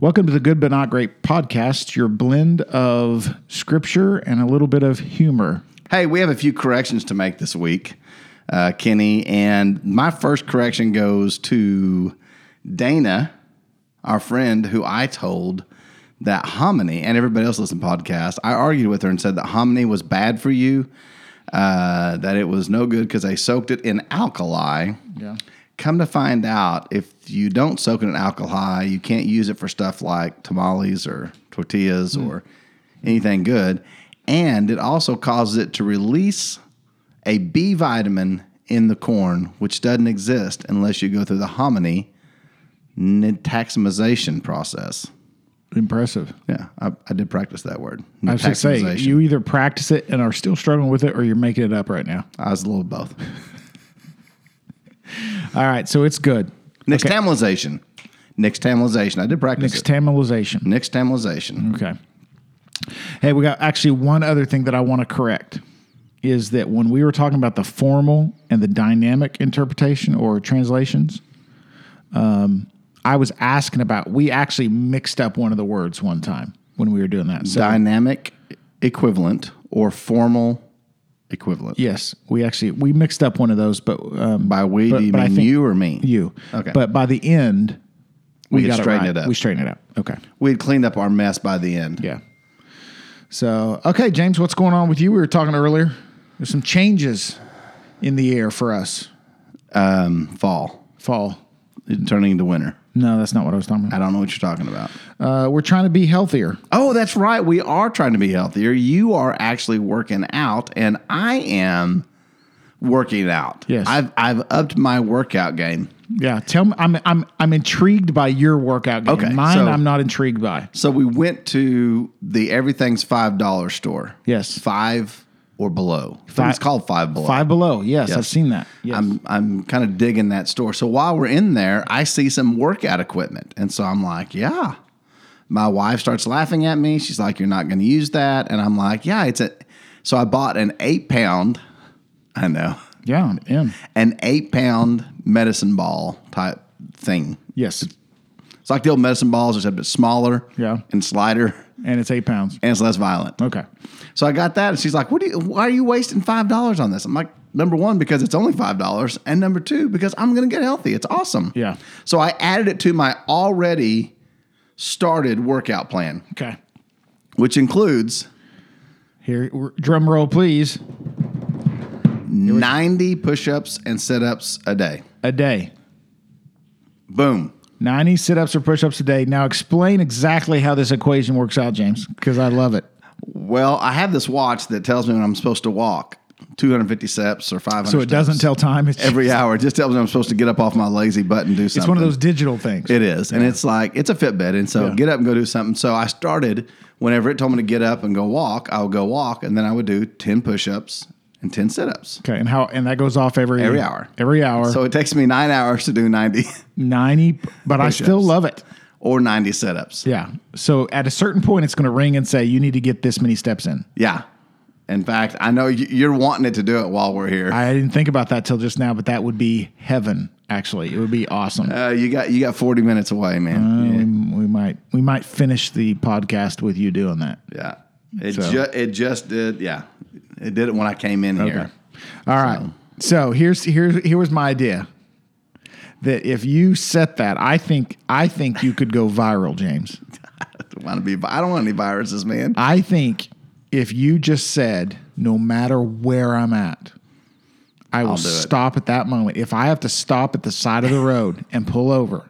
Welcome to the Good But Not Great podcast, your blend of scripture and a little bit of humor. Hey, we have a few corrections to make this week, uh, Kenny. And my first correction goes to Dana, our friend who I told that hominy and everybody else listening to podcast. I argued with her and said that hominy was bad for you, uh, that it was no good because they soaked it in alkali. Yeah. Come to find out, if you don't soak it in alkali, you can't use it for stuff like tamales or tortillas Hmm. or anything good. And it also causes it to release a B vitamin in the corn, which doesn't exist unless you go through the hominy nitaximization process. Impressive. Yeah, I, I did practice that word. I should say, Nitaximization. you either practice it and are still struggling with it or you're making it up right now. I was a little both. All right, so it's good. Nixtamalization. Nixtamalization. I did practice it. Nixtamalization. Nixtamalization. Okay. Hey, we got actually one other thing that I want to correct is that when we were talking about the formal and the dynamic interpretation or translations, um, I was asking about we actually mixed up one of the words one time when we were doing that. So Dynamic equivalent or formal equivalent. yes, we actually we mixed up one of those, but um, By we, But- do you but I mean think you or me? you. Okay. But by the end, We had got straightened right. it up. We straightened it up. Okay. We had cleaned up our mess by the end. Yeah. So, okay, James, what's going on with you? We were talking earlier. There's some changes in the air for us. Fall, Fall. turning into winter. No, that's not what I was talking I don't know what you're talking about. about. Uh, we're trying to be healthier. Oh, that's right. We are trying to be healthier. You are actually working out, and I am working out. Yes. I've, I've upped my workout game. Yeah, tell me. I'm I'm I'm intrigued by your workout game. Okay, Mine, so- I'm not intrigued by. So we went to the Everything's $5 store. Yes. Five or below. I think Fi- it's called Five Below. Five Below. Yes, I've Yes. seen that. Yes. I'm I'm kind of digging that store. So while we're in there, I see some workout equipment, and so I'm like, yeah. My wife starts laughing at me. She's like, "You're not going to use that," and I'm like, "Yeah, it's a." So I bought an eight pound. I know yeah, I'm in. an eight pound medicine ball type thing. Yes, It's like the old medicine balls, except it's smaller. Yeah. And slider, and it's eight pounds. and it's less violent. Okay. So I got that, and she's like, "What? Do you, why are you wasting five dollars on this?" I'm like, "Number one, because it's only five dollars, and number two, because I'm going to get healthy. It's awesome." Yeah. So I added it to my already started workout plan, Okay. which includes Here, we're, drum roll, please. 90 push-ups and sit-ups a day. A day. Boom. 90 sit ups or push ups a day. Now, explain exactly how this equation works out, James, because I love it. Well, I have this watch that tells me when I'm supposed to walk 250 steps or 500. So it doesn't steps tell time. It's, every hour. It just tells me I'm supposed to get up off my lazy butt and do something. it's one of those digital things. It is. And it's like, it's a Fitbit. And so Yeah. get up and go do something. So I started whenever it told me to get up and go walk, I would go walk. And then I would do 10 push ups and 10 sit ups. Okay. And how, and that goes off every, Every hour. Every hour. So So it takes me nine hours to do 90 90, but I still Push-ups. love it. or 90 sit ups. Yeah. So at a certain point, it's going to ring and say, you need to get this many steps in. Yeah. In fact, I know you- you're wanting it to do it while we're here. I didn't think about that till just now, but that would be heaven, actually. It would be awesome. uh, you got you got 40 minutes away, man. we, we might we might finish the podcast with you doing that. yeah. It, So- ju- it just did. Yeah. It did it when I came in here. All right. So, here's here's here was my idea. That if you set that, I think I think you could go viral, James. Don't want to be, vi- I don't want any viruses, man. I think if you just said, no matter where I'm at, I will do it. stop at that moment. If I have to stop at the side of the road and pull over,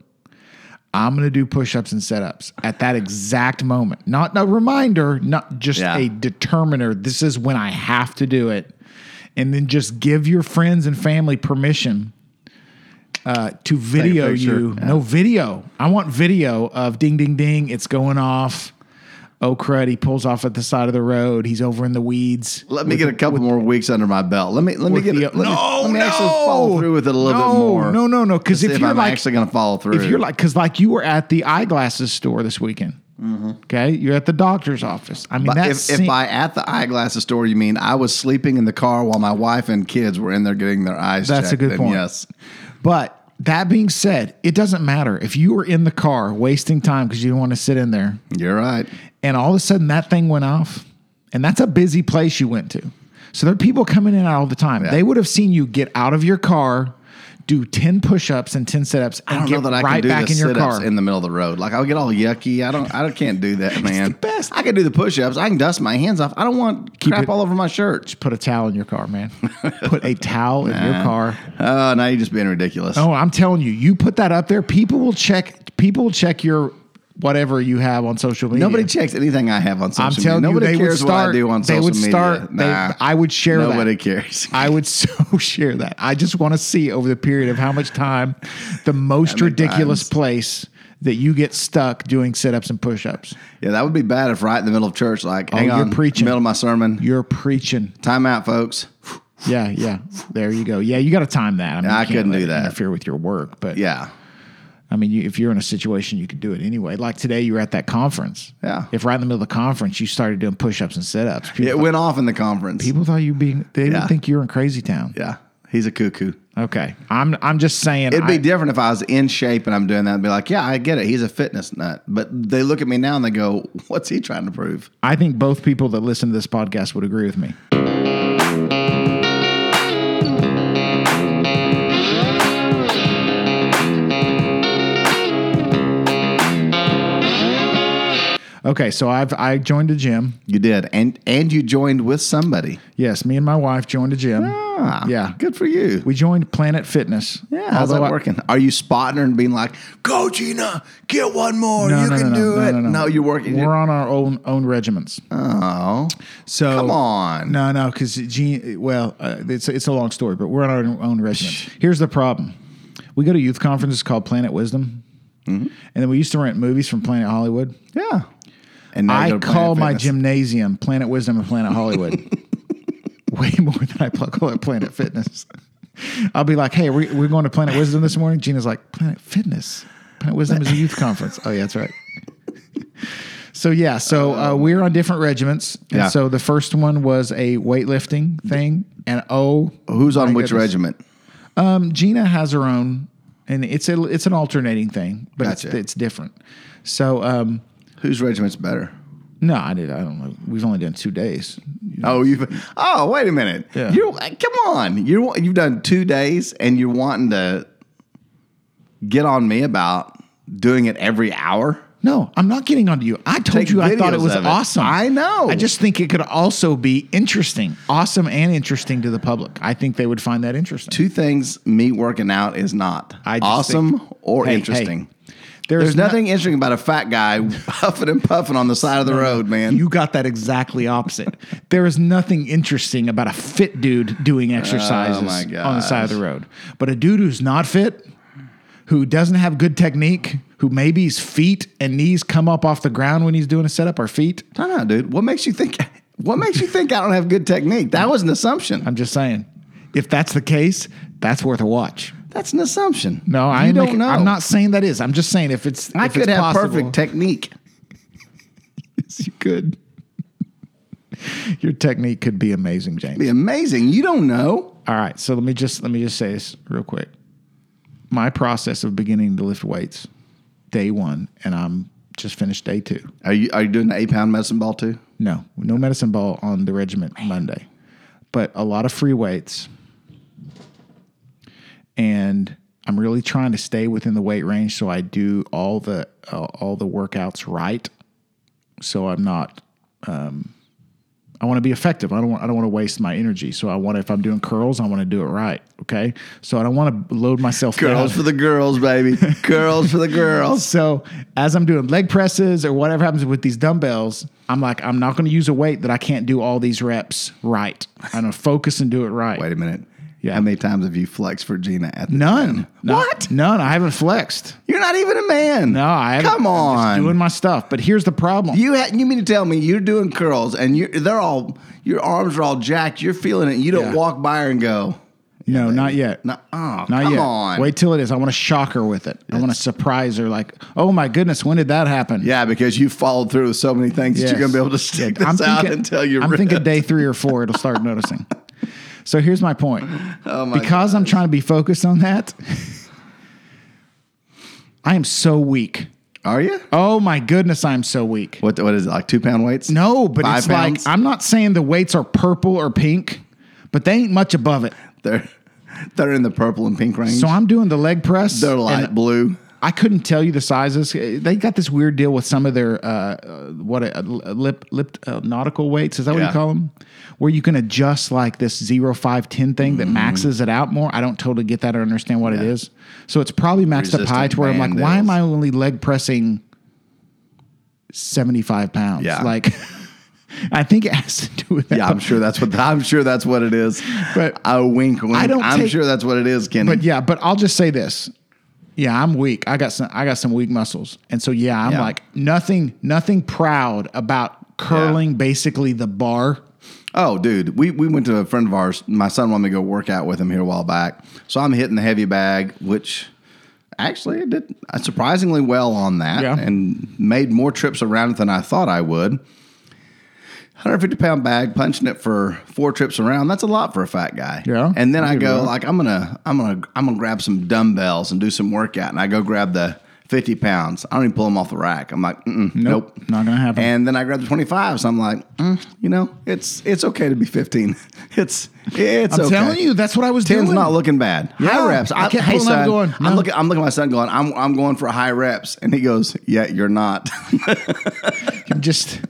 I'm going to do push-ups and set-ups at that exact moment. Not a reminder, not just Yeah. a determiner. This is when I have to do it. And then just give your friends and family permission uh, to video picture. you. No video. I want video of ding, ding, ding. It's going off. Oh crud! He pulls off at the side of the road. He's over in the weeds. Let me get a couple more weeks under my belt. Let me let me with get the- let me, No, let me actually no! follow through with it a little No, bit more. no, no, no, 'cause to see if you're I'm like- actually going to follow through, If you're like, because like you were at the eyeglasses store this weekend. Okay, you're at the doctor's office. I mean, Mm-hmm. But if, that's if by at the eyeglasses store you mean I was sleeping in the car while my wife and kids were in there getting their eyes That's a checked, good then point. yes but That being said, it doesn't matter if you were in the car wasting time because you didn't want to sit in there, You're right. and all of a sudden that thing went off, and that's a busy place you went to. So there are people coming in and out all the time. They would have seen you get out of your car, do ten push-ups and ten sit-ups, I and don't know get that I right can do back the in your sit-ups car. in the middle of the road. Like I'll get all yucky. I don't. I don't- can't do that, man. best. I can do the push-ups. I can dust my hands off. I don't want crap it- all over my shirt. Put a towel in your car, man. Put a towel in your car. Oh, now you're just being ridiculous. Oh, I'm telling you, you put that up there, people will check. People will check your whatever you have on social media. Nobody checks anything I have on social I'm media. telling Nobody you, they cares would start. what I do on they social would media. start. they- Nah, I would share nobody that. cares. I would so share that. I just want to see over the period of how much time, the most ridiculous place that you get stuck doing sit-ups and push-ups. Yeah, that would be bad if right in the middle of church, like, hang Oh, you're on, preaching. middle of my sermon, You're preaching. time out, folks. Yeah, yeah. There you go. Yeah, you got to time that. I, mean, I you can't couldn't let do it that. Interfere with your work, but Yeah, I mean, you, if you're in a situation, you could do it anyway. Like today, you were at that conference. Yeah. If right in the middle of the conference, you started doing push-ups and sit-ups, people, it thought, went off in the conference. people thought you being. They Yeah. would think you were in crazy town. yeah, he's a cuckoo. Okay, I'm. I'm just saying. It'd I- be different if I was in shape and I'm doing that and be like, yeah, I get it. He's a fitness nut. But they look at me now and they go, what's he trying to prove? I think both people that listen to this podcast would agree with me. Okay, so I've I joined a gym. You did. And and you joined with somebody. Yes, me and my wife joined a gym. Ah, Yeah. Good for you. We joined Planet Fitness. yeah, how's although that I- working? Are you spotting her and being like, go, Gina, get one more. No, you no, can no, do no, it. No, no, no. you're working. We're on our own own regiments. oh, So come on. No, no, because Gene. Well, uh, it's it's a long story, but we're on our own regiment. Here's the problem: we go to youth conferences called Planet Wisdom, and then we used to rent movies from Planet Hollywood. Mm-hmm. Yeah. And now you I go to call Planet my Fitness. gymnasium Planet Wisdom and Planet Hollywood way more than I call it Planet Fitness. I'll be like, "Hey, we, we're going to Planet Wisdom this morning." Gina's like, "Planet Fitness." Planet Wisdom is a youth conference. Oh yeah, that's right. So yeah, so uh, we're on different regiments, and Yeah. so the first one was a weightlifting thing, and oh, Who's my on which goodness. regiment? Um, Gina has her own, and it's a it's an alternating thing, but it's Gotcha. it's different. So um, Whose regiment's better? no, I did. I don't know. We've only done two days. Oh, you. Oh, wait a minute. Yeah. You come on. You you've done two days, and you're wanting to get on me about doing it every hour. No, I'm not getting onto you. I told Take you I thought it videos was of it. awesome. I know. I just think it could also be interesting, awesome, and interesting to the public. I think they would find that interesting. Two things me working out is not I just awesome think- or Hey, interesting. hey, There's no- nothing interesting about a fat guy huffing and puffing on the side of the road, man. You got that exactly opposite. there is nothing interesting about a fit dude Oh, doing exercises on the side of the road. But a dude who's not fit, who doesn't have good technique, who maybe his feet and knees come up off the ground when he's doing a setup or feet. I don't know, dude. What makes you think? What makes you think I don't have good technique? That was an assumption. I'm just saying, if that's the case, that's worth a watch. That's an assumption. No, I You am don't making- know. I'm not saying that is. I'm just saying if it's I if could it's have possible- perfect technique. Yes, you could. Your technique could be amazing, James. be amazing. You don't know. All right, so let me just let me just say this real quick. My process of beginning to lift weights, day one, and I'm just finished day two. Are you are you doing the eight pound medicine ball too? No, no medicine ball on the regiment Monday, but a lot of free weights, and I'm really trying to stay within the weight range so I do all the uh, all the workouts right, so I'm not. Um, I want to be effective. I don't want. I don't want to waste my energy. So I want if I'm doing curls, I want to do it right. Okay, so I don't want to load myself down. Curls for the girls, baby. Curls for the girls. So as I'm doing leg presses or whatever happens with these dumbbells, I'm like, I'm not going to use a weight that I can't do all these reps right. I'm going to focus and do it right. Wait a minute. Yeah. How many times have you flexed for Gina at the None. gym? No- What? None. I haven't flexed. You're not even a man. No, I haven't. Come I'm just on. doing my stuff. But here's the problem. you ha- you mean to tell me you're doing curls and you they're all your arms are all jacked. You're feeling it. You don't Yeah. walk by her and go. no, not yet. No, oh, Not come yet. on. Wait till it is. I want to shock her with it. I want to surprise her. Like, oh my goodness, when did that happen? Yeah, because you followed through with so many things that Yes. you're gonna be able to stick Yeah, this out until you're I'm ripped. thinking day three or four, it'll start noticing. So here's my point. Oh my because I'm trying to be focused on that, I am so weak. Are you? Oh my goodness, I'm so weak. What what is it like two pound weights? No, but Five it's pounds? like I'm not saying the weights are purple or pink, but they ain't much above it. they're they're in the purple and pink range. So I'm doing the leg press. they're light and blue. I couldn't tell you the sizes. They got this weird deal with some of their uh, uh, what uh, lip lip uh, nautical weights. Is that what Yeah. you call them? Where you can adjust like this zero five ten thing Mm. that maxes it out more. I don't totally get that or understand what it is. So it's probably maxed up high Resistant to where I'm like, band why am is- I only leg pressing seventy five pounds? Yeah. Like. I think it has to do with that. Yeah, I'm sure that's what I'm sure that's what it is. But- I wink wink. I don't am take- sure that's what it is, Kenny. But yeah, but I'll just say this. Yeah, I'm weak. I got some I got some weak muscles. And so yeah, I'm Yeah. like nothing nothing proud about curling basically the bar. Oh, dude, we, we went to a friend of ours. My son wanted me to go work out with him here a while back. So I'm hitting the heavy bag, which actually I did uh, surprisingly well on that Yeah. and made more trips around it than I thought I would. 150 pound bag, punching it for four trips around. That's a lot for a fat guy. Yeah. And then I I can do go that. like I'm gonna I'm gonna I'm gonna grab some dumbbells and do some workout. And I go grab the 50 pounds. I don't even pull them off the rack. I'm like, Mm-mm, nope, not gonna happen. and then I grabbed the 25. So I'm like, mm, you know, it's it's okay to be 15. It's it's I'm okay. telling you, that's what I was Ten's doing. not looking bad. Yeah. High reps. I kept hey, pulling up son, going, I'm no. looking. I'm looking at my son, going, "I'm I'm going for high reps," and he goes, "Yeah, you're not. I'm just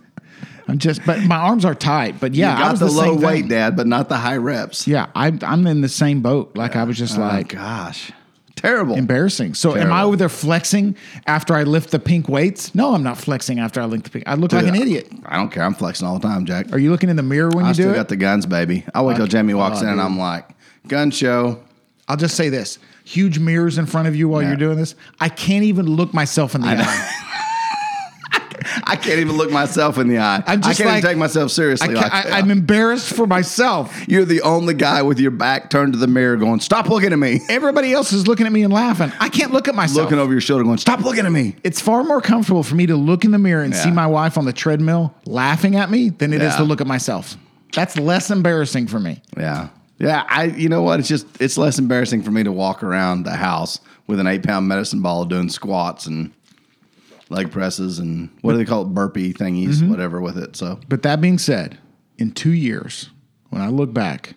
I'm just but my arms are tight. But yeah, you I got was the, the, low same weight, thing. Dad, but not the high reps." Yeah, I'm I'm in the same boat. Like I was just Oh, like gosh, terrible. embarrassing. So am I Terrible. over there flexing after I lift the pink weights? No, I'm not flexing after I lift the pink. I look like an idiot. I don't care. I'm flexing all the time, Jack. Are you looking in the mirror when I you do still it? Oh, got the guns, baby. I wait till Jamie walks in, and I'm like, "Gun show." I'll just say this: huge mirrors in front of you while Yeah. you're doing this. I can't even look myself in the eye. I can't even look myself in the eye. I'm just I can't like- even take myself I seriously. can't, like I, that. I'm embarrassed for myself. You're the only guy with your back turned to the mirror going, Stop looking at me. Everybody else is looking at me and laughing. I can't look at myself. Looking over your shoulder going, Stop looking at me. it's far more comfortable for me to look in the mirror and Yeah. see my wife on the treadmill laughing at me than it is Yeah. to look at myself. That's less embarrassing for me. Yeah. Yeah. I, you know what? It's just, it's less embarrassing for me to walk around the house with an eight pound medicine ball doing squats and leg presses and what do they call it? Burpee thingies, Mm-hmm. whatever with it. So, But that being said, in two years, when I look back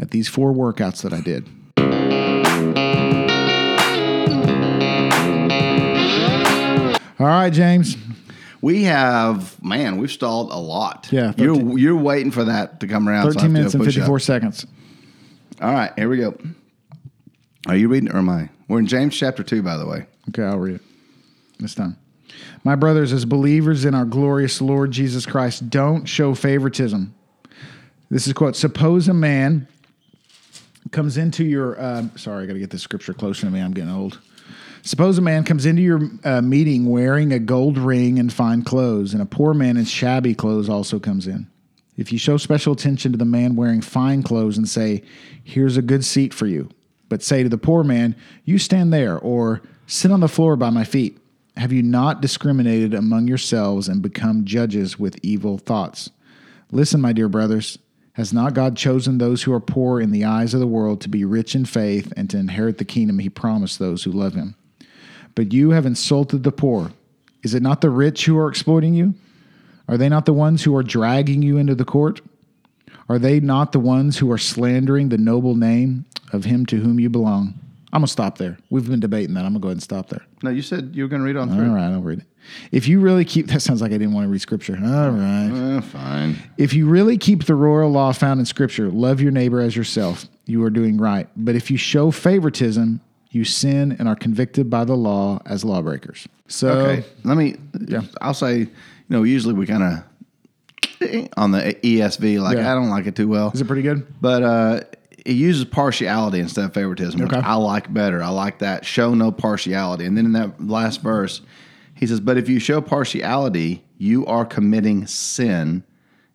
at these four workouts that I did, all right, James. we have, man, we've stalled a lot. Yeah, You're, you're waiting for that to come around. so 13 I have to do a minutes and push-up. 54 seconds. All right. Here we go. Are you reading it or am I? We're in James chapter two, by the way. Okay, I'll read it this time. My brothers, as believers in our glorious Lord Jesus Christ, don't show favoritism. This is a quote. Suppose a man comes into your. Uh, sorry, I got to get this scripture closer to me. I'm getting old. Suppose a man comes into your uh, meeting wearing a gold ring and fine clothes, and a poor man in shabby clothes also comes in. If you show special attention to the man wearing fine clothes and say, Here's a good seat for you, but say to the poor man, You stand there, or sit on the floor by my feet, have you not discriminated among yourselves and become judges with evil thoughts? Listen, my dear brothers, has not God chosen those who are poor in the eyes of the world to be rich in faith and to inherit the kingdom he promised those who love him? But you have insulted the poor. Is it not the rich who are exploiting you? Are they not the ones who are dragging you into the court? Are they not the ones who are slandering the noble name of him to whom you belong? I'm going to stop there. We've been debating that. I'm going to go ahead and stop there. No, you said you were going to read on All through. right, I'll read it. If you really keep that sounds like I didn't want to read scripture. All right. Eh, fine. If you really keep the royal law found in Scripture, love your neighbor as yourself, you are doing right. But if you show favoritism, you sin and are convicted by the law as lawbreakers. So, Okay. Let me. uh, Yeah. I'll say. You know, usually we kind of on the ESV. Like Yeah. I don't like it too well. is it pretty good? But uh, it uses partiality instead of favoritism, which Okay. I like better. I like that. Show no partiality. And then in that last verse, he says, But if you show partiality, you are committing sin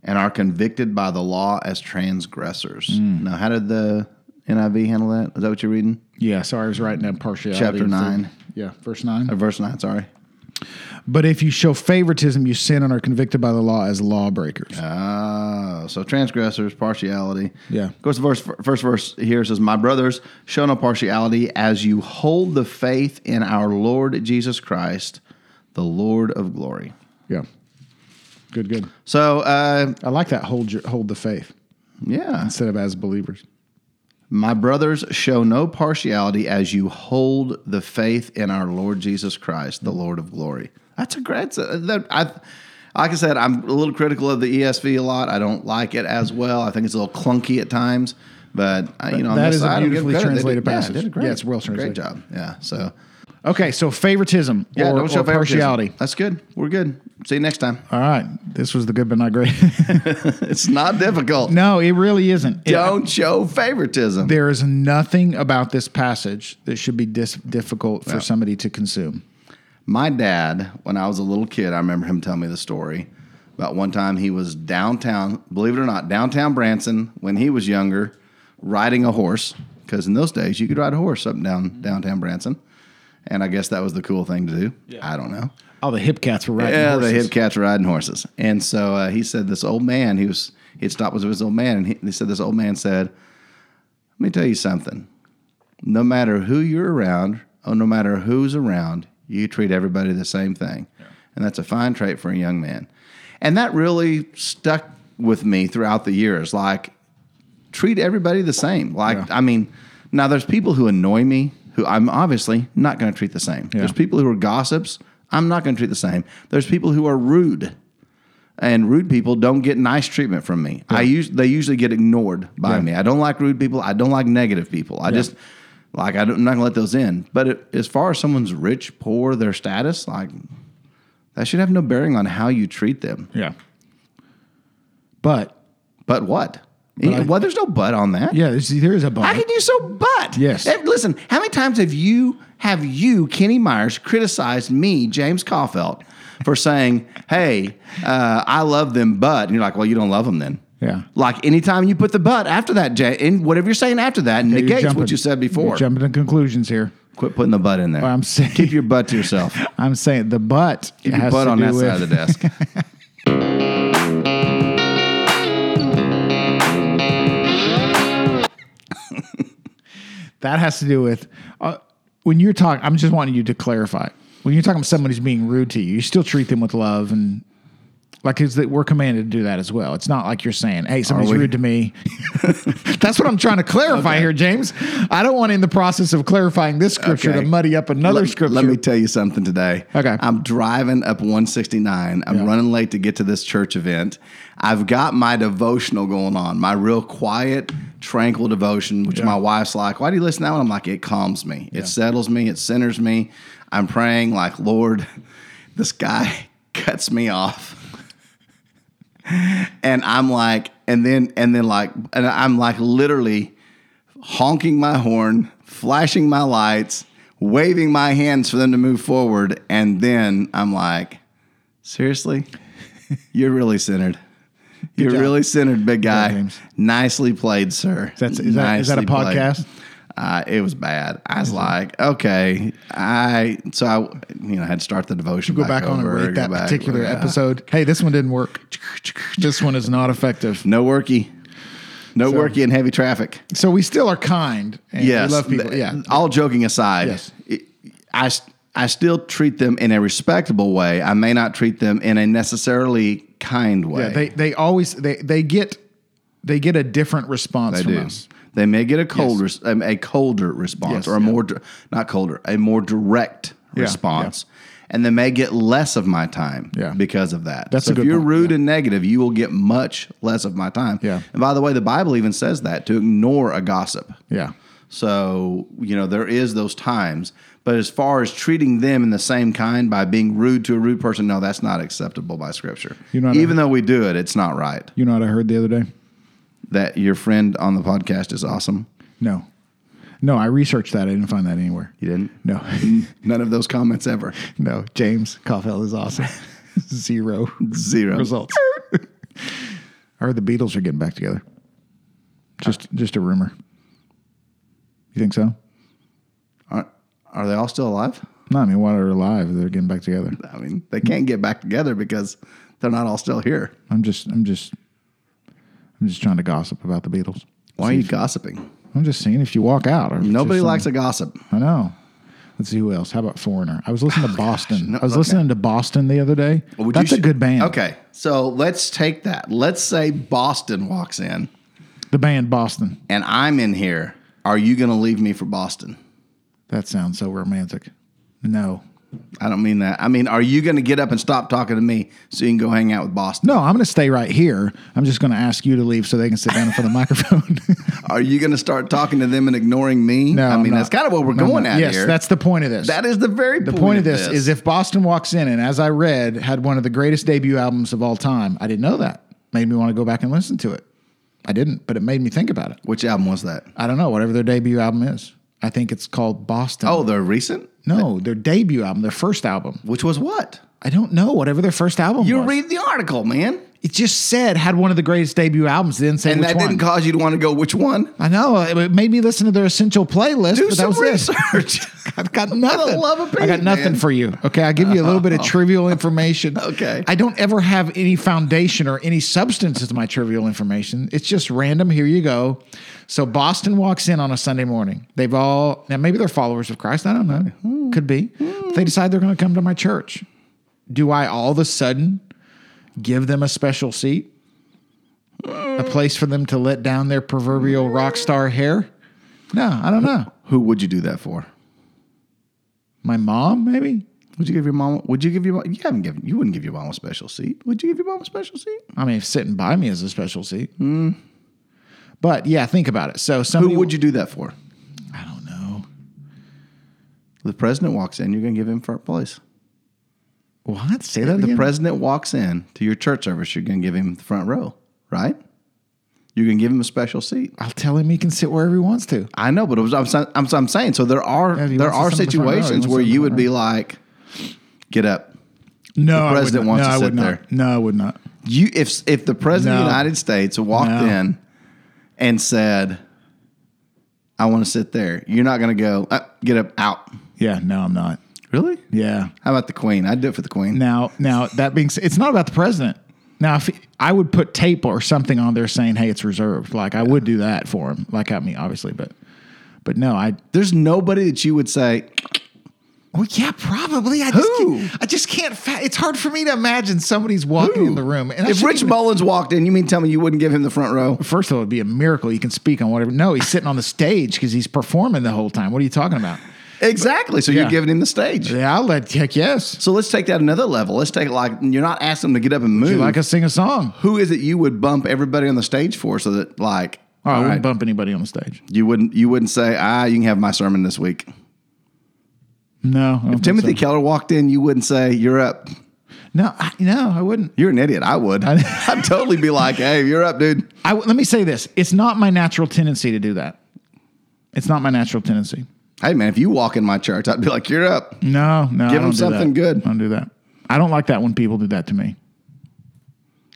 and are convicted by the law as transgressors. Now, how did the NIV handle that? Is that what you're reading? Yeah, sorry, I was writing down partiality. Chapter nine. Yeah, verse 9. Or verse 9, sorry. But if you show favoritism, you sin and are convicted by the law as lawbreakers. Oh, Uh, so transgressors, partiality. Yeah. Of course, the verse, first verse here says, "My brothers, show no partiality as you hold the faith in our Lord Jesus Christ, the Lord of glory." Yeah. Good, good. So, uh, I like that hold your, hold the faith yeah, instead of as believers. my brothers, show no partiality as you hold the faith in our Lord Jesus Christ, the Lord of glory. That's a great. that's a- that- I, like I said, I'm a little critical of the ESV a lot. I don't like it as well. I think it's a little clunky at times. But I, you know, on That this is a side, I give beautifully credit. They did- translated yeah, passage. they did a great- Yeah, it's well translated. Great job. Yeah. So Okay, so favoritism yeah, or, don't show or favoritism. partiality. That's good. We're good. See you next time. All right, this was the good but not great. It's not difficult. no, it really isn't. It- Don't show favoritism. there is nothing about this passage that should be dis- difficult for somebody to consume. My dad, when I was a little kid, I remember him telling me the story about one time he was downtown, believe it or not, downtown Branson when he was younger, riding a horse. Because in those days, you could ride a horse up and down downtown Branson. And I guess that was the cool thing to do. I don't know. All the hip cats were right. Yeah, they hit cats riding horses. And so uh, he said, this old man, he was, he had stopped with his old man, and he, he said, this old man said, let me tell you something. No matter who you're around, or no matter who's around, you treat everybody the same thing. And that's a fine trait for a young man. And that really stuck with me throughout the years. Like, treat everybody the same. Like, Yeah. I mean, now there's people who annoy me who I'm obviously not going to treat the same. There's people who are gossips. I'm not going to treat the same. There's people who are rude, and rude people don't get nice treatment from me. I use they usually get ignored by me. I don't like rude people. I don't like negative people. I just like I don't, I'm not going to let those in. But it, as far as someone's rich, poor, their status, like that should have no bearing on how you treat them. Yeah. But But what? Eh, I- well, there's no but on that. yeah, there's- there is a but. How can you so butt? Yes. Hey, listen, how many times have you have you, Kenny Myers, criticized me, James Caulfield, for saying, "Hey, uh, I love them, but," and you're like, "Well, you don't love them then." Yeah. Like anytime you put the but after that, Jay, in whatever you're saying after that You're negates jumping- what you said before. You're jumping to conclusions here. Quit putting the butt in there. I'm saying- keep your butt to yourself. Keep I'm saying the but your has butt to on do that with, side of the desk. That has to do with uh, when you're talking. I'm just wanting you to clarify when you're talking about someone who's being rude to you. You still treat them with love and like is that we're commanded to do that as well. It's not like you're saying, "Hey, somebody's we? rude to me." That's what I'm trying to clarify here, James. I don't want in the process of clarifying this scripture Okay. to muddy up another let, scripture. let me tell you something today. Okay. I'm driving up 169. I'm Yeah. running late to get to this church event. I've got my devotional going on, my real quiet, tranquil devotion, which my wife's like, Why do you listen to that one? I'm like, It calms me, it settles me, it centers me. I'm praying, like, Lord, this guy cuts me off and I'm like, and then and then like, and I'm like literally honking my horn, flashing my lights, waving my hands for them to move forward, and then I'm like, seriously, you're really centered. You're job. really centered, big job, guy. James. Nicely played, sir. That's- is that- is that a Nicely played. podcast? Uh, it was bad. I was like, okay, I so I you know I had to start the devotion. go back on and over, rate go that back, particular yeah. episode. Hey, this one didn't work. This one is not effective. No worky. No worky in heavy traffic. So we still are kind. And Yes. we love people. Yeah, All joking aside, Yes. it- I, s- I still treat them in a respectable way. I may not treat them in a necessarily kind way. yeah. They they always they they get they get a different response They from do. us. They may get a colder, res- um, a colder response, Yes, or a yeah. more dir- not colder, a more direct Yeah, response, and they may get less of my time Yeah. because of that. That's so a good if you're point, rude and negative, you will get much less of my time. Yeah. And by the way, the Bible even says that to ignore a gossip. Yeah. So, you know, there is those times. But as far as treating them in the same kind by being rude to a rude person, no, that's not acceptable by scripture. You know what I- Even though we do it, it's not right. You know what I heard the other day? That your friend on the podcast is awesome. No. No, I researched that. I didn't find that anywhere. You didn't? No. None of those comments ever. no. James Caulfield is awesome. Zero Zero. results. I heard the Beatles are getting back together. Just just a rumor. You think so? Are, are they all still alive? No, I mean while they're alive, they're getting back together. I mean, they can't get back together because they're not all still here. I'm just I'm just I'm just trying to gossip about the Beatles. Why are you gossiping? I'm just seeing if you walk out. Or if it's Nobody just um, likes a gossip. I know. Let's see who else. How about Foreigner? I was listening to Boston. Oh, No, I was okay. listening to Boston the other day. Would you That's a sh- good band. Okay, so let's take that. Let's say Boston walks in The band Boston. and I'm in here. Are you going to leave me for Boston? That sounds so romantic. No. I don't mean that. I mean, are you going to get up and stop talking to me so you can go hang out with Boston? No, I'm going to stay right here. I'm just going to ask you to leave so they can sit down in front of the microphone. Are you going to start talking to them and ignoring me? no, I I'm mean, not. that's kind of what we're No, I'm going not. at yes, here. that's the point of this. that is the very the point of this, is if Boston walks in and, as I read, had one of the greatest debut albums of all time, I didn't know that. Made me want to go back and listen to it. I didn't, but it made me think about it. which album was that? I don't know, whatever their debut album is. I think it's called Boston. Oh, the recent. no, their debut album, their first album. Which was what? I don't know, whatever their first album You was. read the article, man, it just said had one of the greatest debut albums. It didn't say and which that one. didn't cause you to want to go. Which one? I know it it made me listen to their essential playlist. Do but that some was this. research. I've got nothing. love of I got Pete, nothing man. for you. Okay, I give you a little bit of trivial information. Okay. I don't ever have any foundation or any substance to my trivial information. It's just random. Here you go. So Boston walks in on a Sunday morning. They've all now maybe they're followers of Christ. I don't Hmm. know. Could be. They decide they're going to come to my church. Do I all of a sudden give them a special seat? A place for them to let down their proverbial rock star hair? No, I don't know. Who would you do that for? My mom, maybe? Would you give your mom? Would you give your mom? You haven't given. You wouldn't give your mom a special seat. Would you give your mom a special seat? I mean, if sitting by me is a special seat. But yeah, think about it. So Who somebody would you do that for? I don't know. The president walks in. You're going to give him first place. What? Say that The again. president walks in to your church service. You're going to give him the front row, right? You're going to give him a special seat. I'll tell him he can sit wherever he wants to. I know, but it was, I'm, sa- I'm, I'm saying so. There are Yeah, if he there are wants to sit in the front row, he situations wants where to sit in you the would front be like, get up. No, The president I would wants not. no, to I sit would there. Not. No, I would not. You if if the president of the No. United States walked No. in and said, "I want to sit there," you're not going to go uh, get up out. Yeah, no, I'm not. Really? Yeah. How about the Queen? I'd do it for the Queen. Now, now that being said, it's not about the president. Now, if I would put tape or something on there saying, "Hey, it's reserved," like I would do that for him. Like I mean, obviously, but but no, I There's nobody that you would say. Well, yeah, probably. I Who? just can't, I just can't. Fa- it's hard for me to imagine somebody's walking in the room. And I if shouldn't Rich even- Mullins walked in, you mean tell me you wouldn't give him the front row? first of all, it'd be a miracle. You can speak on whatever. No, he's sitting on the stage because he's performing the whole time. What are you talking about? Exactly. So you're Yeah. giving him the stage. Yeah, I'll let heck yes. So let's take that another level. Let's take it like you're not asking them to get up and You move. like us sing a song? Oh, Who is it you would bump everybody on the stage for? So that like, Oh, I all wouldn't right, bump anybody on the stage. you wouldn't you wouldn't say ah you can have my sermon this week. No, I don't think Timothy so. Keller walked in, you wouldn't say you're up. No, I, no, I wouldn't. You're an idiot. I would. I'd totally be like, hey, you're up, dude. I w- let me say this: it's not my natural tendency to do that. It's not my natural tendency. Hey man, if you walk in my church, I'd be like, you're up. No, no, I Give 'em don't do that. something good. I don't do that. I don't like that when people do that to me.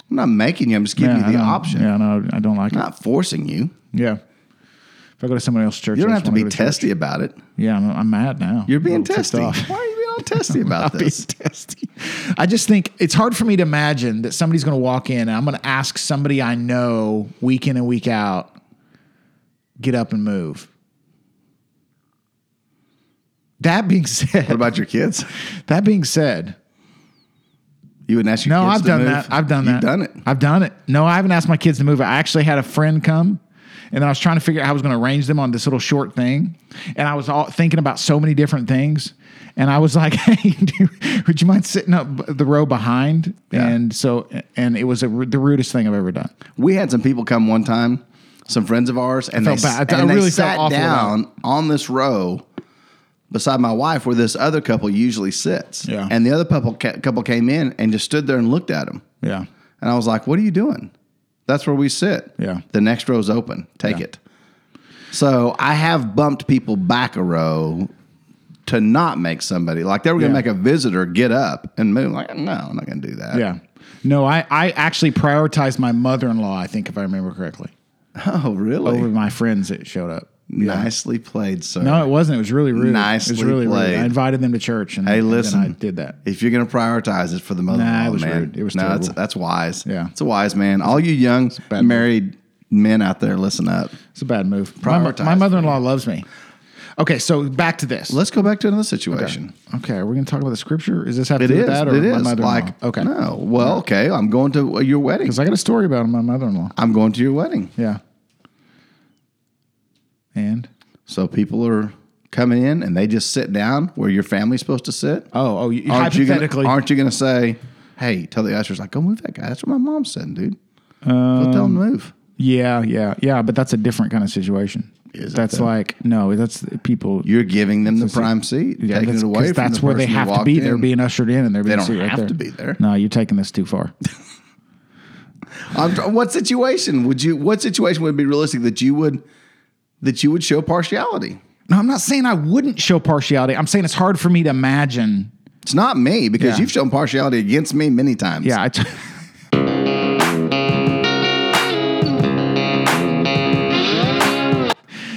I'm not making you. I'm just giving Yeah, I you the don't- option. Ah. Yeah, no, I don't like it. I'm not forcing you. Yeah. If I go to somebody else's church, You don't I have just to wanna go be to testy about it. church. Yeah, I'm, I'm mad now. You're I'm a being little ticked testy. off. Why are you being all testy about I'll be this? testy. I just think it's hard for me to imagine that somebody's going to walk in and I'm going to ask somebody I know week in and week out, get up and move. That being What said, about your kids? that being said, You wouldn't ask your No, kids I've to done move? that. I've done You've that. done it. I've done it. No, I haven't asked my kids to move. I actually had a friend come, and then I was trying to figure out how I was going to arrange them on this little short thing, and I was all thinking about so many different things, and I was like, "Hey, dude, would you mind sitting up the row behind?" Yeah. And so, and it was a, the rudest thing I've ever done. We had some people come one time, some friends of ours, and felt they, bad. I and they really felt sat awful about down on this row beside my wife where this other couple usually sits. Yeah. And the other couple, ca- couple came in and just stood there and looked at them. Yeah, And I was like, what are you doing? That's where we sit. Yeah. The next row's open. Take it. So I have bumped people back a row to not make somebody like they were going Yeah. to make a visitor get up and move. Like, no, I'm not going to do that. yeah. No, I I actually prioritized my mother in law. I think if I remember correctly, Oh, really? over my friends that showed up. Nicely played, sir. No, it wasn't. It was really rude. it Nicely was really played. rude. I invited them to church, and Hey, and listen. then I did that. If you're going to prioritize it for the mother Nah, nah, it was man. rude. It was no, that's, terrible. that's wise. Yeah. It's a wise man. All you young bad married men out there, listen up. It's a bad move. My, Prioritize, my mother-in-law loves me. Okay, so back to this. Let's go back to another situation. Okay, are we going to talk about the scripture? Is this have to It do is. with that, or it my is. mother-in-law? Like, okay, because No. Well, okay. I'm going to your wedding. I got a story about my mother-in-law. I'm going to your wedding. Yeah. And So people are coming in and they just sit down where your family's supposed to sit. oh, oh, you, aren't you hypothetically, gonna, aren't you going to say, "Hey, tell the ushers like, go move that guy." That's what my mom's sitting, dude. Um, Put them move. yeah, yeah, yeah. But that's a different kind of situation. Is it that's though? like no, that's people. You're giving them the prime seat, yeah, taking that's, it 'cause away. From that's the where they person who have to walked be. in. They're being ushered in, and they're being don't seated right have there. to be there. No, you're taking this too far. I'm, tr- what situation would you? What situation would be realistic that you would that you would show partiality? no, I'm not saying I wouldn't show partiality. I'm saying it's hard for me to imagine. It's not me because Yeah. you've shown partiality against me many times. Yeah, I. T-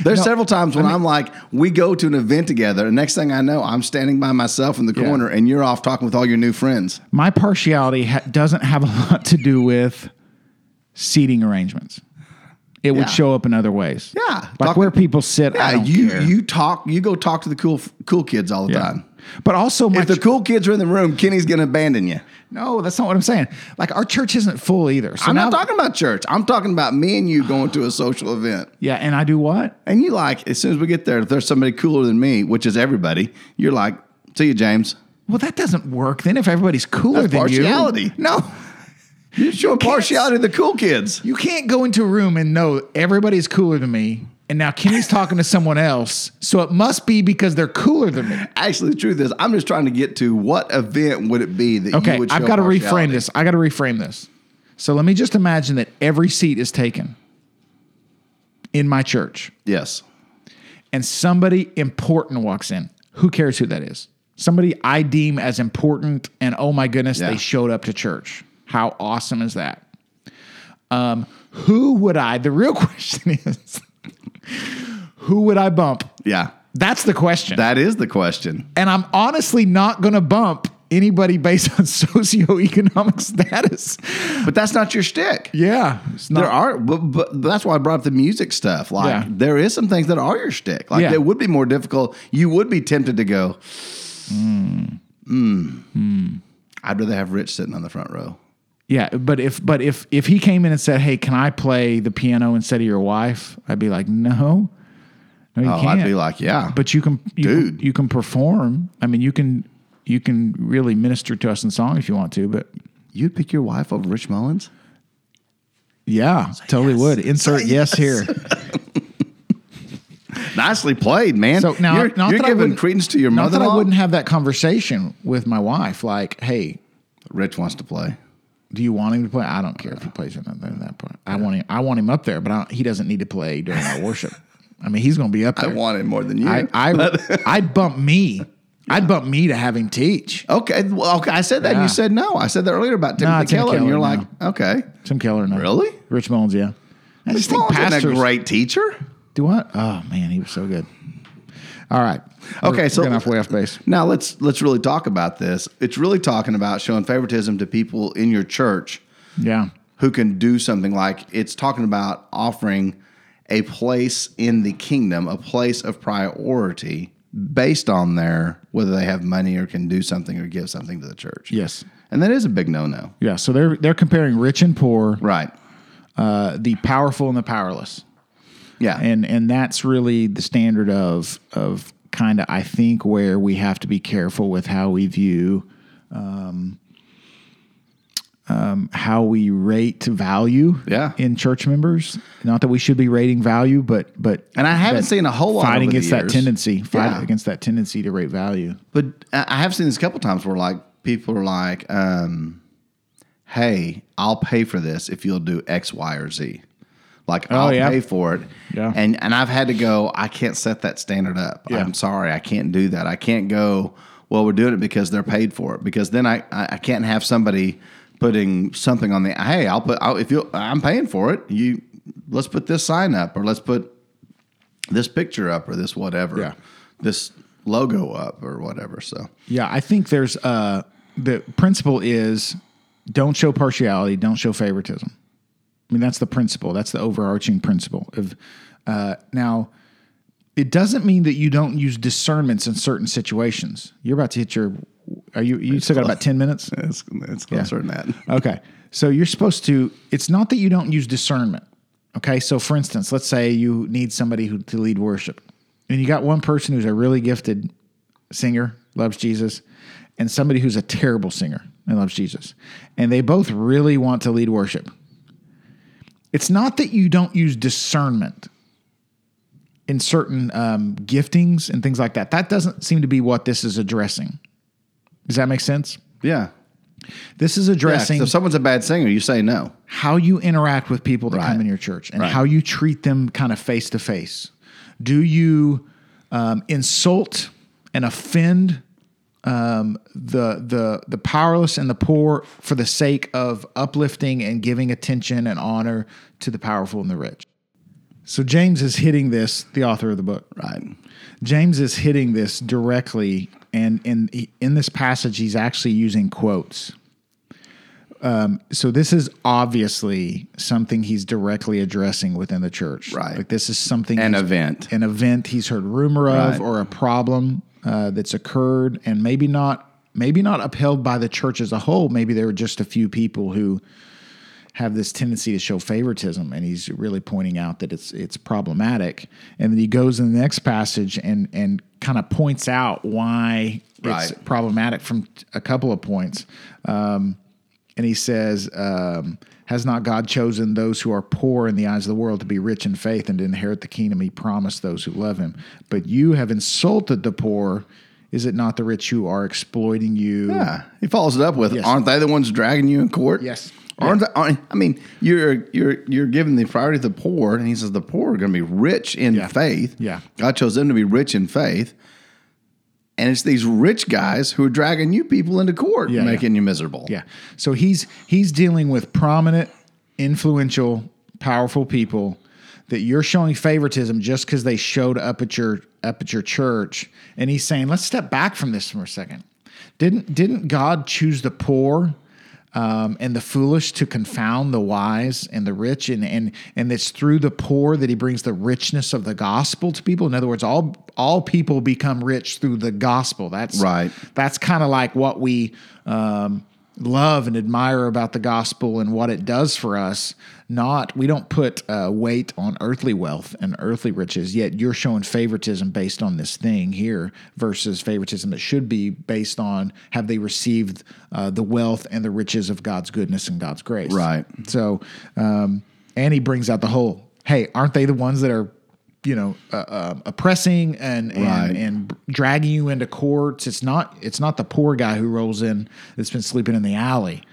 There's No, several times when I am like, we go to an event together, and next thing I know, I'm standing by myself in the Yeah. corner, and you're off talking with all your new friends. my partiality ha- doesn't have a lot to do with seating arrangements. It Yeah. would show up in other ways. Yeah, like talk- where people sit. I Yeah, don't you care. you talk, you go talk to the cool cool kids all the Yeah. time. But also, my If the ch- cool kids are in the room, Kenny's going to abandon you. no, that's not what I'm saying. Like our church isn't full either. So I'm now, not talking about church. I'm talking about me and you going to a social event. yeah, and I do what? And you like, as soon as we get there, if there's somebody cooler than me, which is everybody, you're like, see you, James. Well, that doesn't work. Then if everybody's cooler That's than you, partiality. no, You're showing partiality to the cool kids. you can't go into a room and know everybody's cooler than me. And now Kenny's talking to someone else, so it must be because they're cooler than me. Actually, the truth is, I'm just trying to get to what event would it be that Okay, you would show I've got to partiality? reframe this. I got to reframe this. So let me just imagine that every seat is taken in my church Yes. and somebody important walks in. Who cares who that is? Somebody I deem as important and oh my goodness, Yeah. they showed up to church. How awesome is that? Um, who would I the real question is who would I bump? Yeah. That's the question. That is the question. and I'm honestly not going to bump anybody based on socioeconomic status. But that's not your shtick. Yeah, it's There not. are, but, but that's why I brought up the music stuff. Like, Yeah. there is some things that are your shtick. Like, Yeah. it would be more difficult. You would be tempted to go, hmm, Hmm. I'd rather have Rich sitting on the front row. yeah, but if but if if he came in and said, "Hey, can I play the piano instead of your wife?" I'd be like, "No, no, you Oh, can't." I'd be like, yeah. "But you can, you can- Dude. you can perform. I mean, you can." You can really minister to us in song if you want to, but You'd pick your wife over Rich Mullins? yeah, totally would. Insert yes here. Nicely played, man. So now, you're, not you're that I giving wouldn't- credence to your Not that I mother-in-law. wouldn't have that conversation with my wife, like, "Hey, Rich wants to play. do you want him to play? I don't care if he plays or not at that point. I want him. I want him up there, but I, don't- he doesn't need to play during our worship. I mean, he's going to be up I there. want him more than you. I, I I'd bump me. I'd bump me to have him teach. Okay, well, okay. I said that. and Yeah. You said no. I said that earlier about Timothy Nah, Tim Keller, and Keller, you're no. like, okay. Tim Keller, no. Really? Rich Mullins, yeah. I just think Mullins isn't a pastors great teacher. do what? Oh man, he was so good. All right. We're- Okay, we're so- getting off way off base. Now let's let's really talk about this. It's really talking about showing favoritism to people in your church Yeah. who can do something like it's talking about offering a place in the kingdom, a place of priority based on their whether they have money or can do something or give something to the church. Yes. And that is a big no-no. Yeah. So they're they're comparing rich and poor, Right. uh, the powerful and the powerless. Yeah. and and that's really the standard of of kind of I think where we have to be careful with how we view um, um, how we rate value Yeah. in church members. Not that we should be rating value, but but And I haven't but seen a whole lot fighting over the against that years. tendency, fighting Yeah. against that tendency to rate value. But I I have seen this a couple times where like people are like, um, "Hey, I'll pay for this if you'll do X, Y, or Z." Like I'll Oh, yeah. pay for it, Yeah. and and I've had to go. I can't set that standard up. Yeah. I'm sorry, I can't do that. I can't go. Well, we're doing it because they're paid for it. Because then I I, I can't have somebody putting something on the. Hey, I'll put I'll, if you. I'm paying for it. You let's put this sign up or let's put this picture up or this whatever, Yeah. this logo up or whatever. So Yeah, I think there's uh, the principle is don't show partiality, don't show favoritism. I mean, that's the principle. That's the overarching principle of uh, now. It doesn't mean that you don't use discernments in certain situations. You're about to hit your. Are you? You still got about ten minutes. it's, it's closer than that. Okay. So you're supposed to, it's not that you don't use discernment. Okay. So for instance, let's say you need somebody who, to lead worship, and you got one person who's a really gifted singer, loves Jesus, and somebody who's a terrible singer and loves Jesus. And they both really want to lead worship. It's not that you don't use discernment in certain um, giftings and things like that. That doesn't seem to be what this is addressing. Does that make sense? Yeah. This is Yeah, 'cause addressing if someone's a bad singer, you say no. how you interact with people that Right. come in your church and Right. how you treat them kind of face to face. Do you um, insult and offend um, the the the powerless and the poor for the sake of uplifting and giving attention and honor to the powerful and the rich? So James is hitting this, the author of the book. Right. James is hitting this directly, and in in this passage, he's actually using quotes. Um, so this is obviously something he's directly addressing within the church. Right. Like this is something An he's- event. an event he's heard rumor of, Right. or a problem uh, that's occurred, and maybe not maybe not upheld by the church as a whole. Maybe there were just a few people who have this tendency to show favoritism and he's really pointing out that it's it's problematic and then he goes in the next passage and and kind of points out why it's Right. problematic from t- a couple of points um, and he says um, has not god chosen those who are poor in the eyes of the world to be rich in faith and to inherit the kingdom he promised those who love him but you have insulted the poor is it not the rich who are exploiting you Yeah. He follows it up with, "Aren't they the ones dragging you in court?" Yes. Aren't, they, aren't I mean, you're you're you're giving the priority to the poor, and he says the poor are going to be rich in Yeah. faith. Yeah. God chose them to be rich in faith, and it's these rich guys who are dragging you people into court, Yeah, making you miserable. Yeah. So he's he's dealing with prominent, influential, powerful people that you're showing favoritism just because they showed up at your up at your church, and he's saying, let's step back from this for a second. Didn't didn't God choose the poor? Um, and the foolish to confound the wise and the rich, and and and it's through the poor that he brings the richness of the gospel to people. In other words, all all people become rich through the gospel. That's Right. that's kind of like what we um, love and admire about the gospel and what it does for us. Not we don't put uh, weight on earthly wealth and earthly riches. Yet you're showing favoritism based on this thing here versus favoritism that should be based on have they received uh, the wealth and the riches of God's goodness and God's grace. Right. So, um, and he brings out the whole, hey, aren't they the ones that are, you know, uh, uh, oppressing and and, Right. and dragging you into courts? It's not it's not the poor guy who rolls in that's been sleeping in the alley,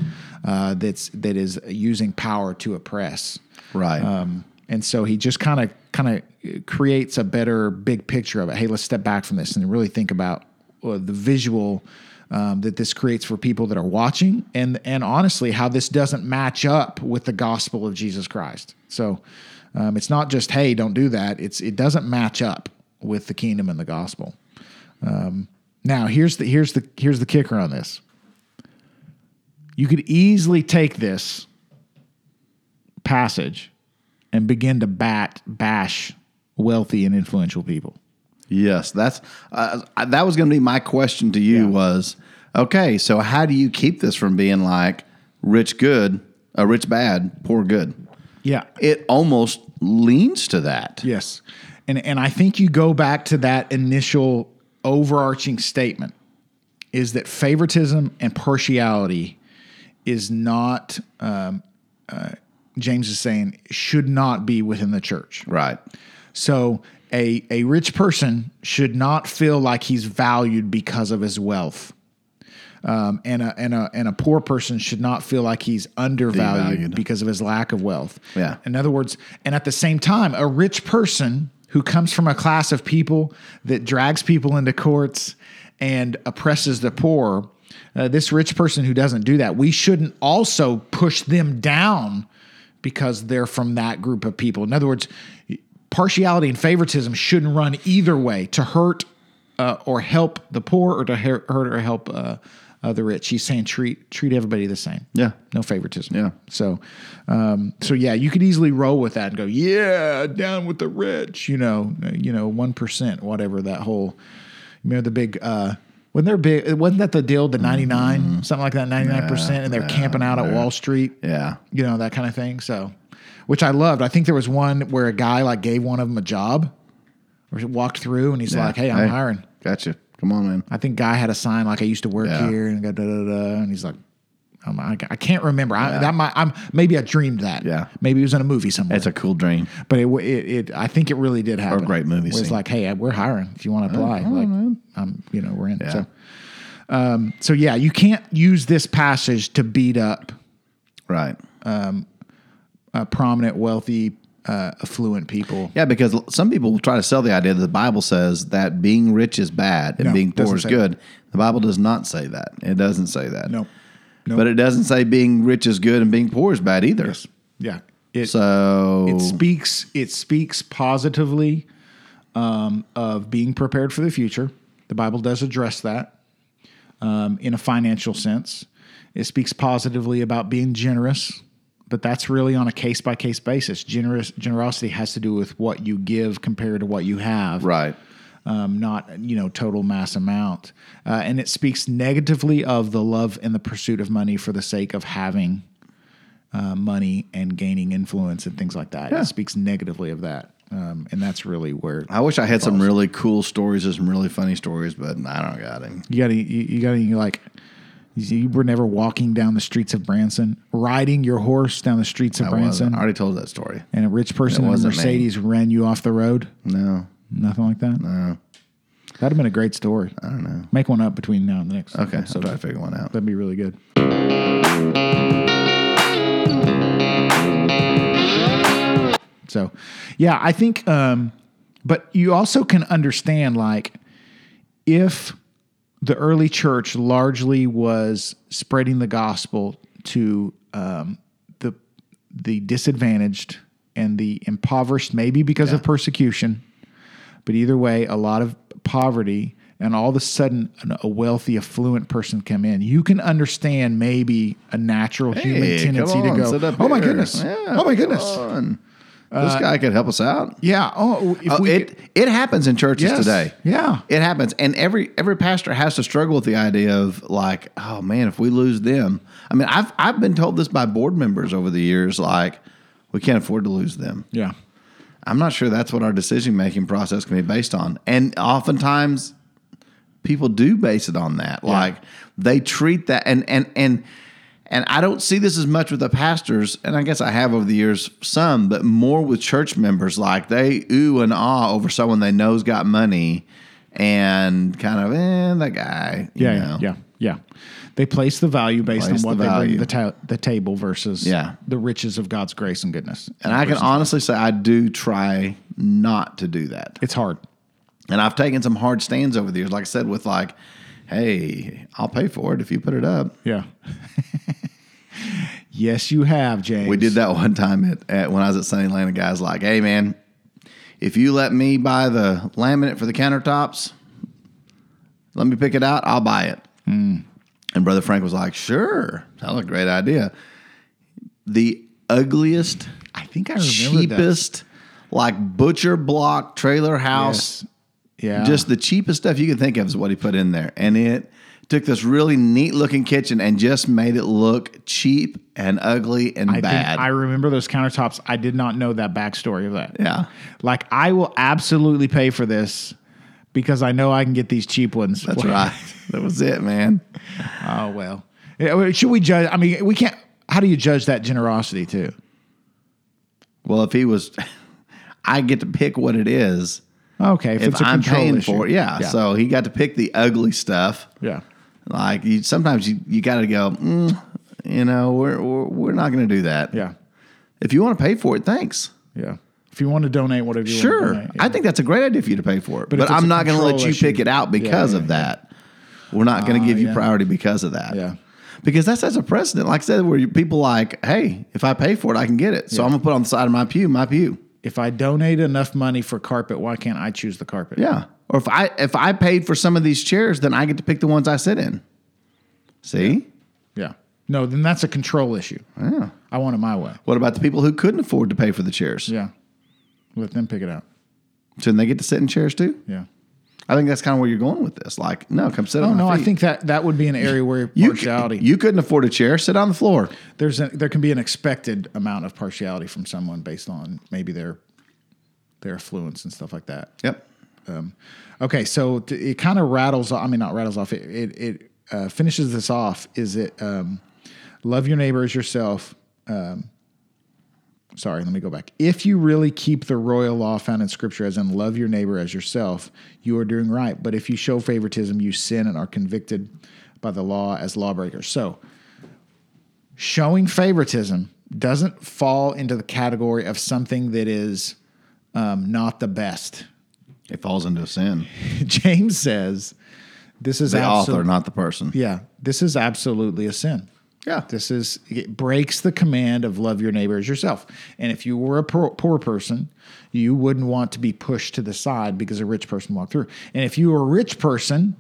uh, that's that is using power to oppress. Right. Um, and so he just kind of kind of creates a better big picture of it. Hey, let's step back from this and really think about uh, the visual um, that this creates for people that are watching, and and honestly, how this doesn't match up with the gospel of Jesus Christ. So um, it's not just hey, don't do that. It's it doesn't match up with the kingdom and the gospel. Um, now here's the here's the here's the kicker on this. You could easily take this passage and begin to bat bash wealthy and influential people. Yes, that's uh, I- that was going to be my question to you was okay. So how do you keep this from being like rich good, uh, rich bad, poor good? Yeah. It almost leans to that. Yes. And and I think you go back to that initial overarching statement is that favoritism and partiality is not um, uh, James is saying should not be within the church. Right. So a a rich person should not feel like he's valued because of his wealth. Um, and a and a and a poor person should not feel like he's undervalued Devalued. because of his lack of wealth. Yeah. In other words, and at the same time, a rich person who comes from a class of people that drags people into courts and oppresses the poor, uh, this rich person who doesn't do that, we shouldn't also push them down because they're from that group of people. In other words, partiality and favoritism shouldn't run either way to hurt uh, or help the poor or to her- hurt or help uh, uh, the rich. He's saying treat treat everybody the same. Yeah. no favoritism. Yeah. So, um, so yeah, you could easily roll with that and go, yeah, down with the rich. You know, you know, one percent, whatever that whole. You know the big. Uh, wasn't there big? Wasn't that the deal? The ninety something like that, ninety nine percent, and they're camping out at Wall Street Yeah. you know that kind of thing. So, which I loved. I think there was one where a guy like gave one of them a job, or he walked through, and he's like, "Hey, I'm hiring." Gotcha. Come on, man. I think guy had a sign like, "I used to work Yeah. here," and da da da, da and he's like. I'm, I, I can't remember. I, that might, I'm maybe I dreamed that. Yeah. Maybe it was in a movie somewhere. It's a cool dream. but it, w- it, it, I think it really did happen. great movie It was scene. Oh, like, hey, we're hiring if you want to apply. like, I'm, you know, we're in. So, um, so yeah, you can't use this passage to beat up Right. uh, prominent, wealthy, uh, affluent people. Yeah, because l- some people will try to sell the idea that the Bible says that being rich is bad and No, being poor doesn't is say good. The Bible does not say that. It doesn't say that. No. No. But it doesn't say being rich is good and being poor is bad either. Yeah. It, So it speaks it speaks positively um, of being prepared for the future. The Bible does address that um, in a financial sense. It speaks positively about being generous, but that's really on a case by case basis. Generous generosity has to do with what you give compared to what you have. right. um, not you know total mass amount. Uh, and it speaks negatively of the love and the pursuit of money for the sake of having uh, money and gaining influence and things like that. It speaks negatively of that, um, and that's really where I wish I had some really cool stories or some really funny stories, but I don't got any. you got to you, you got to like. You were never walking down the streets of Branson, riding your horse down the streets of Wasn't- Branson, I already told that story. and a rich person in a wasn't me. Mercedes ran you off the road. No. Nothing like that. No. That'd have been a great story. I don't know. Make one up between now and the next. Okay. episode. I'll try to figure one out. That'd be really good. So, yeah, I think, um, but you also can understand like if the early church largely was spreading the gospel to um, the the disadvantaged and the impoverished, maybe because of persecution, but either way, a lot of poverty, and all of a sudden, an, a wealthy, affluent person come in. You can understand maybe a natural human Hey, come tendency on, to go, sit up "Oh my here." goodness! Yeah, oh my come goodness! on. this guy could help us out. Yeah. Oh, if Oh, we it it happens in churches Yes. today. Yeah. it happens, and every every pastor has to struggle with the idea of like, oh man, if we lose them. I mean, I've I've been told this by board members over the years, like we can't afford to lose them. yeah, I'm not sure that's what our decision making process can be based on, and oftentimes people do base it on that. Like they treat that, and and and and I don't see this as much with the pastors, and I guess I have over the years some, but more with church members. Like they ooh and ah over someone they know's got money, and kind of eh, that guy. you yeah, know. yeah, yeah. They place the value based Place on what the they bring value. to the, ta- the table versus Yeah. the riches of God's grace and goodness. And I can honestly say I do try not to do that. It's hard. And I've taken some hard stands over the years, like I said, with like, hey, I'll pay for it if you put it up. Yeah. yes, you have, James. We did that one time at, at when I was at Sunny Land. A guy's like, hey, man, if you let me buy the laminate for the countertops, let me pick it out, I'll buy it. Hmm. And Brother Frank was like, sure, that's a great idea. The ugliest, I think I remember cheapest, like butcher block trailer house Yeah. just the cheapest stuff you could think of is what he put in there. And it took this really neat looking kitchen and just made it look cheap and ugly and I think bad. I remember those countertops. I did not know that backstory of that. yeah. Like I will absolutely pay for this because I know I can get these cheap ones. That's right. That was it, man. Oh well. Yeah, well, Should we judge? I mean, we can't. How do you judge that generosity too? Well, if he was, I get to pick what it is. Okay, if, If it's a I'm control paying issue. for it, yeah. So he got to pick the ugly stuff. yeah, Like you, sometimes you, you got to go. Mm, you know, we're we're, we're not going to do that. yeah, If you want to pay for it, thanhanks. yeah. If you want to donate, whatever you want Sure. to donate, yeah. I think that's a great idea for you to pay for it. But, if it's I'm a not going to let control you issue- pick it out because yeah, Uh, of that. We're not going to give you yeah. priority because of that. Yeah. Because that sets a precedent. Like I said, where you- people like, hey, if I pay for it, I can get it. So I'm going to put it on the side of my pew, my pew. If I donate enough money for carpet, why can't I choose the carpet? Yeah. Or if I if I paid for some of these chairs, then I get to pick the ones I sit in. See? Yeah. No, then that's a control issue. Yeah. I want it my way. What about the people who couldn't afford to pay for the chairs? Yeah. Let them pick it out. Shouldn't they get to sit in chairs too? Yeah. I think that's kind of where you're going with this. Like, no, come sit Oh on. no, my I feet. think that that would be an area where you, partiality. you couldn't afford a chair. Sit on the floor. there's a, there can be an expected amount of partiality from someone based on maybe their their affluence and stuff like that. Yep. Um, okay, so t- it kind of rattles. I mean, not rattles off. It it, it uh, finishes this off. Is it um, love your neighbor as yourself? Um, sorry, let me go back. If you really keep the royal law found in Scripture, as in love your neighbor as yourself, you are doing right. But if you show favoritism, you sin and are convicted by the law as lawbreakers. So showing favoritism doesn't fall into the category of something that is um, not the best. It falls into sin. James says this is The absolute- author, not the person. Yeah, this is absolutely a sin. Yeah. This is it breaks the command of love your neighbor as yourself. And if you were a poor, poor person, you wouldn't want to be pushed to the side because a rich person walked through. And if you were a rich person,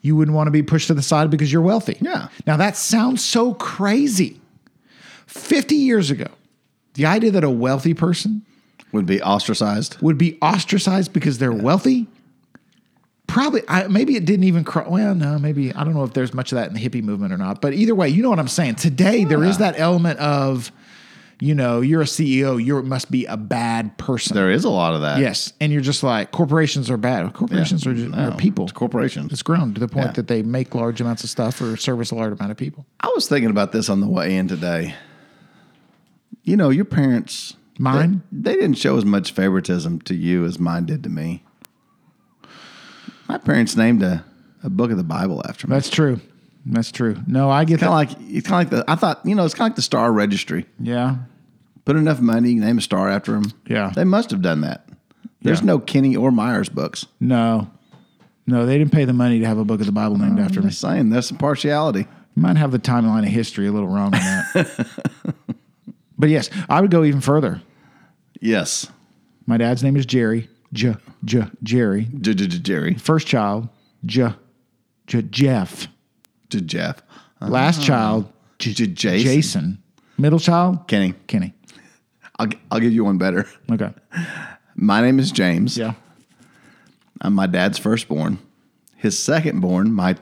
you wouldn't want to be pushed to the side because you're wealthy. Yeah. Now that sounds so crazy. 50 years ago, the idea that a wealthy person Would be ostracized. would be ostracized because they're wealthy. Probably, I, maybe it didn't even. Cro- well, no, maybe I don't know if there's much of that in the hippie movement or not. But either way, you know what I'm saying. Today there is that element of, you know, you're a CEO, you must be a bad person. There is a lot of that. yes, and you're just like corporations are bad. Corporations are, just, No, are people. It's corporations. It's grown to the point Yeah. that they make large amounts of stuff or service a large amount of people. I was thinking about this on the way in today. You know, your parents, Mine? they, they didn't show as much favoritism to you as mine did to me. My parents named a, a book of the Bible after me. That's true. That's true. No, I get that. Kind of like it's kind of like the. I thought you know it's kind of like the Star Registry. yeah, Put enough money, you name a star after them. Yeah. they must have done that. There's Yeah. no Kenny or Myers books. no, no, they didn't pay the money to have a book of the Bible named after I'm me. just saying there's some partiality. Might have the timeline of history a little wrong on that. but yes, I would go even further. Yes, My dad's name is Jerry. J J Jerry. J- J- J- Jerry First child, J J Jeff. to Jeff, Uh, Last child, J Hmm. J- Jason. Jason. Middle child, Kenny. Kenny. I'll g- I'll give you one better. Okay. My name is James. Yeah. I'm my dad's firstborn. His secondborn, my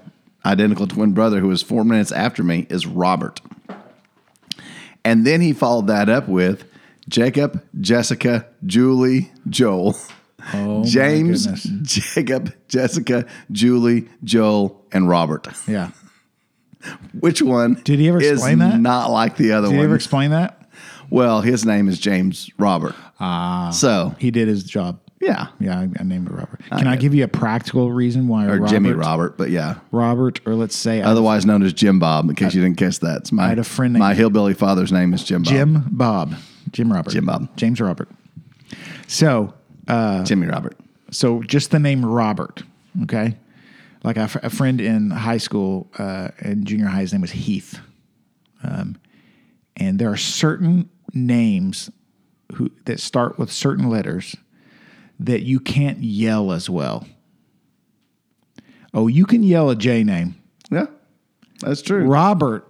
identical twin brother, who is four minutes after me, is Robert. And then he followed that up with Jacob, Jessica, Julie, Joel, Oh, my James, goodness. Jacob, Jessica, Julie, Joel, and Robert. Yeah. Which one? Did he ever is explain that? Not like the other Did one. you ever explain that? well, his name is James Robert. Ah. so He did his job. yeah, Yeah, I, I named it Robert. Can I give you a practical reason why or Jimmy Robert, Robert, but yeah. Robert, or let's say I- otherwise known as Jim Bob. In case you didn't catch that, it's my had a friend named- my hillbilly father's name is Jim Bob. Jim Bob, Jim Robert, Jim Bob. James Robert. So, Jimmy Robert. so just the name Robert, okay? Like a, fr- a friend in high school uh, and junior high, his name was Heath. Um, and there are certain names who that start with certain letters that you can't yell as well. Oh, you can yell a J name. Yeah, that's true. Robert,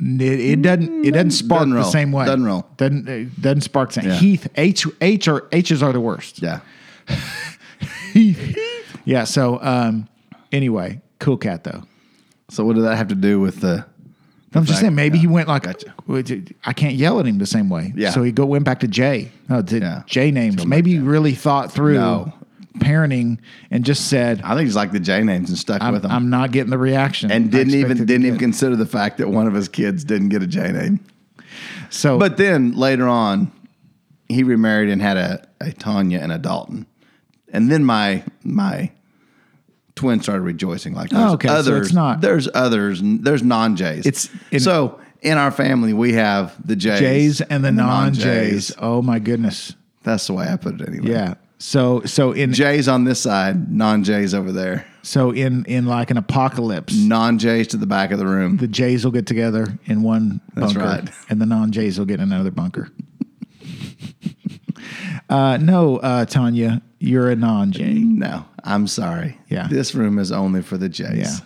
it, it doesn't it doesn't spark Mm, Doesn't the roll. same way. Doesn't roll. Doesn't it doesn't spark the same. Yeah. Heath H H are H's are the worst. Yeah, Heath. yeah. So um, anyway, cool cat though. so what did that have to do with the? I'm just Back- saying maybe he went like Gotcha. I can't yell at him the same way. Yeah. So he go went back to J. Oh, to Yeah. J names. Maybe he really thought through No. parenting and just said, I think he's like the J names and stuck I'm, with them, I'm not getting the reaction. I and didn't even expected to didn't even get." consider the fact that one of his kids didn't get a J name. so But then later on, he remarried and had a, a Tanya and a Dalton, and then my my twin started rejoicing like there's Oh, okay, so it's others. not- there's others. There's non J's. It's- in- so in our family we have the J's, J's and the non J's. non-Js. Oh my goodness. That's the way I put it anyway. Yeah. So so in J's on this side, non J's over there. so in in like an apocalypse, Non J's to the back of the room. the Jays will get together in one bunker, right. and the non Jays will get in another bunker. Uh, no, uh, Tanya, you're a non J. No, I'm sorry. Yeah. This room is only for the Jays.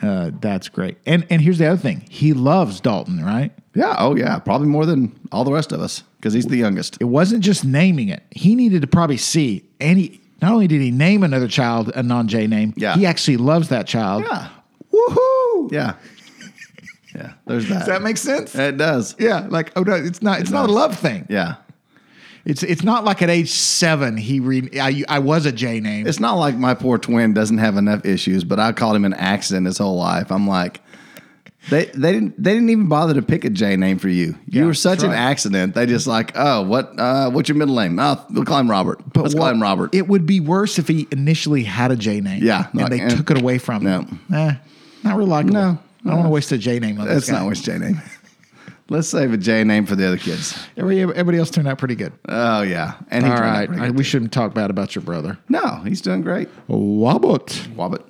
Yeah. Uh, that's great. And and here's the other thing. He loves Dalton, right? Yeah, Oh, yeah. Probably more than all the rest of us because he's the youngest. It wasn't just naming it. He needed to probably see and he not only did he name another child a non J name, Yeah. he actually loves that child. Yeah. Woohoo! Yeah. Yeah. There's that. Does that make sense? It does. Yeah, like oh no, it's not. It's not a does. love thing. Yeah. It's it's not like at age seven he re I, I was a J name. It's not like my poor twin doesn't have enough issues, but I called him an accident his whole life. I'm like, they they didn't they didn't even bother to pick a J name for you. You Yeah, were such that's an right. accident. They just like, oh, what uh, what's your middle name? Oh, we'll call him Robert. Let's call what- him Robert. It would be worse if he initially had a J name. Yeah, and like, they eh, took it away from no. him. Eh, not reliable. No, I don't want to waste a J name on That's this guy. not his J name. Let's save a J name for the other kids. Everybody, everybody else turned out pretty good. Oh yeah, and he All turned out right, pretty I- good. we shouldn't talk bad about your brother. No, he's doing great. Wobbit. Wobbit.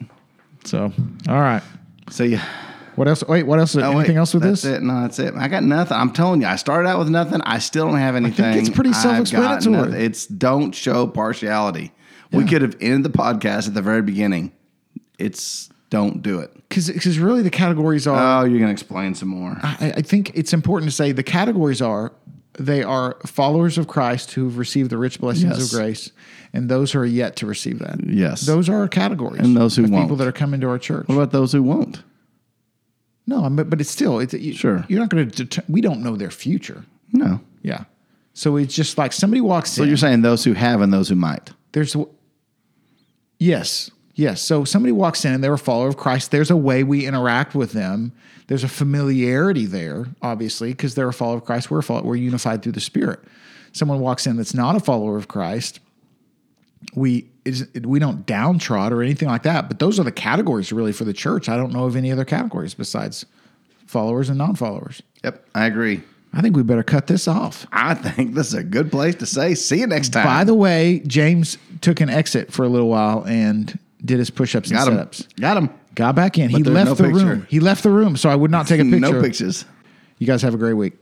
So, all right. So yeah. What else? Wait, what else? Oh, wait, anything else with that's this? It. No, that's it. I got nothing. I'm telling you, I started out with nothing. I still don't have anything. it's pretty I've got self-explanatory. nothing. It's don't show partiality. We could have ended the podcast at the very beginning. It's don't do it. Because really the categories are. Oh, you're gonna explain some more. I, I think it's important to say the categories are they are followers of Christ who have received the rich blessings Yes. of grace, and those who are yet to receive that. Yes. those are our categories, And those who of people won't. that are coming to our church. What about those who won't? No, but but it's still it's you, Sure. You're not going to. Deter- we don't know their future. No. Yeah, so it's just like somebody walks So in. you're saying those who have and those who might. there's yes yes so somebody walks in and they're a follower of christ there's a way we interact with them there's a familiarity there obviously because they're a follower of christ we're a follower, we're unified through the spirit someone walks in that's not a follower of christ we is we don't downtrod or anything like that but those are the categories really for the church i don't know of any other categories besides followers and non-followers Yep, I agree. i think we better cut this off I think this is a good place to say. See you next time. by the way james took an exit for a little while and did his push-ups and got him. sit-ups Got him. Got back in. he there's left no the picture. room. He left the room, so I would not take a picture. No pictures. You guys have a great week.